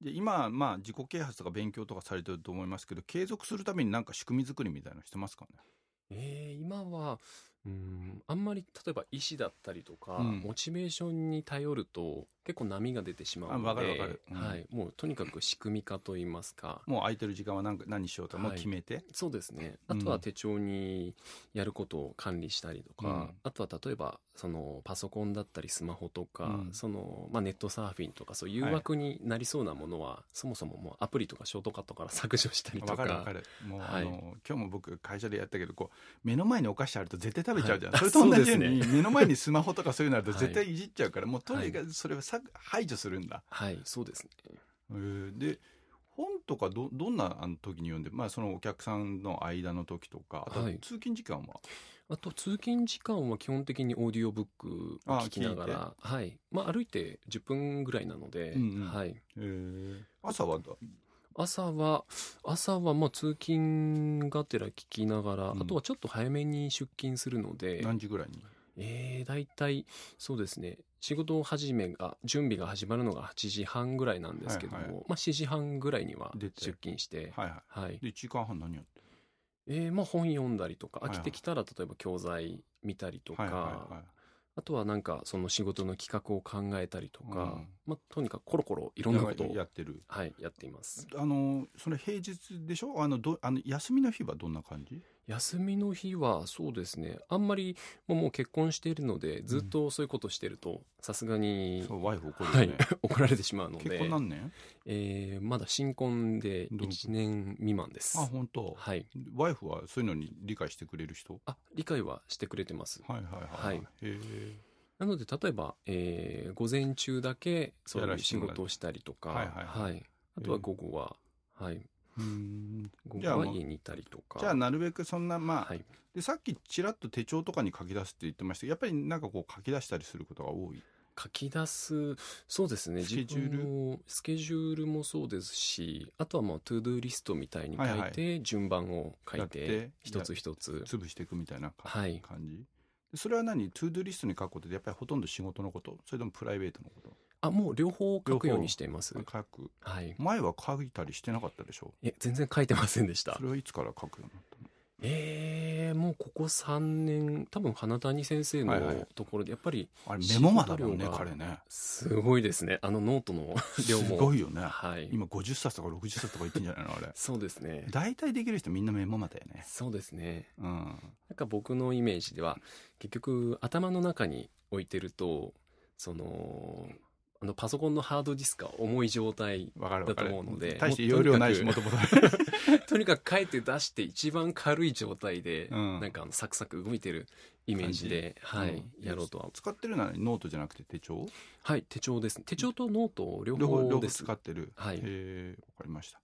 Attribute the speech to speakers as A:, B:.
A: で今、まあ、自己啓発とか勉強とかされてると思いますけど継続するためになんか仕組み作りみたいなのしてますかね
B: えー今は、うん、あんまり、例えば意思だったりとか、
A: うん
B: モチベーションに頼ると、結構波が出てしまうので。
A: あわかるわかるうん
B: はい。もう、とにかく仕組み化といいますか。
A: もう空いてる時間は何か何しようとかもう決めて、
B: そうですね。
A: う
B: あ
A: ん
B: とは手帳にやることを管理したりとか、
A: うん
B: あとは例えば、その、パソコンだったりスマホとか、
A: うん
B: その、まあ、ネットサーフィンとか、そういう誘惑になりそうなものは、そもそももうアプリとかショートカットから削除したりと
A: わか
B: か。
A: るわかるもう、
B: はい
A: あの今日も僕会社でやったけどこう目の前にお菓子あると絶対食べちゃう じゃん、
B: はい
A: それと同じよう
B: そう
A: に
B: です
A: 目の前にスマホとかそういうのあると
B: はい
A: 絶対いじっちゃうから、もうとにかくそれをさ排除するんだ、
B: はい、そうですね。
A: えーで本とかどどんなあの時に読んで、まあ、そのお客さんの間の時とかあと
B: はい
A: 通勤時間は、
B: あと、通勤時間は基本的にオーディオブックを聞きながら、はい。まあ、歩いて10分ぐらいなので、
A: うんうん
B: はい。
A: えー朝はど
B: 朝は、朝はまあ通勤がてら聞きながら、
A: うん
B: あとはちょっと早めに出勤するので、
A: 何時ぐらいに
B: えー、大体、そうですね、仕事始めが、準備が始まるのが8時半ぐらいなんですけども、
A: はいはい
B: まあ7時半ぐらいには
A: 出
B: 出
A: て
B: 勤して、
A: はいはい
B: はい。
A: で1時間半何やって
B: えー、まあ本読んだりとか、
A: はい
B: 飽
A: はい
B: きてきたら例えば教材見たりと
A: はい
B: か
A: はい、はい
B: あとはなんかその仕事の企画を考えたりとか、
A: うん
B: まあとにかくコロコロいろんなことを
A: やってる
B: はい、やっています。
A: あのそれ平日でしょあのどあの休みの日はどんな感じ
B: 休みの日はそうですね、あんまりもうもう結婚しているので、ずっとそういうことしてると、さすがに、
A: そうワイフ怒
B: は
A: るよ
B: い
A: ね、、
B: 怒られてしまうの
A: 結
B: で
A: 婚、何年
B: えーまだ新婚で
A: どう
B: 1年未満です
A: あ。本当、
B: はい。
A: ワイフはそういうのに理解してくれる人
B: あ、理解はしてくれてます。
A: はいはいはい、
B: はい
A: へえ
B: なので、例えば、えー午前中だけ、そう
A: や
B: い
A: ら
B: う
A: せて
B: 仕
A: もらう
B: 事をしたりとか、
A: はいはいは
B: はい。あとは午後は、はい。
A: うん
B: 午
A: じゃあ
B: 後は
A: もう
B: 家にいたりとか。
A: じゃあなるべくそんなまあ、
B: はい
A: でさっきちらっと手帳とかに書き出すって言ってましたけどやっぱりなんかこう書き出したりすることが多い
B: 書き出す、そうですね、
A: スケジュール
B: 自分のスケジュールもそうですし、あとはまあ、トゥードゥーリストみたいに書いて、
A: はいは
B: 順番を書
A: や
B: い
A: ってて、
B: 一つ一つ。
A: 潰していくみたいなか
B: はい
A: 感じでそれは何トゥードゥーリストに書くことでやっぱりほとんど仕事のことそれともプライベートのこと
B: あ、もう両方書くようにしています
A: 書。く
B: はい。
A: 前は書いたりしてなかったでしょ
B: え、全然書いてませんでした
A: そ。れはいつから書くようになったの
B: えー、もうここ3年、多分花谷先生
A: はいはい
B: のところで、やっぱり
A: あれメモマだもんね
B: 仕事量が
A: 彼ね
B: すごいですね、あのノートの 量
A: す
B: も。
A: ごいよね
B: はい。
A: 今50冊とか60冊とか言ってんじゃないのあ れ
B: そうですね。
A: 大体できる人みんなメモマだよね
B: そうですね。
A: うん
B: なんか僕のイメージでは、結局頭の中に置いてると、その、あのパソコンのハードディスクが重い状態。
A: わかるわ
B: だ
A: か
B: と
A: る
B: 思うので
A: 大して容量ないし
B: も
A: も
B: う
A: ともと
B: とにかく書いて出して一番軽い状態で、
A: うん
B: なんかあのサクサク動いてるイメージで、はい、
A: うん
B: やろうとは。
A: 使ってるのはノートじゃなくて手帳
B: はい、手帳ですね。手帳とノートを両
A: 両方
B: 方
A: 両
B: で
A: 方
B: す。
A: 使ってる
B: はい
A: へえわかりました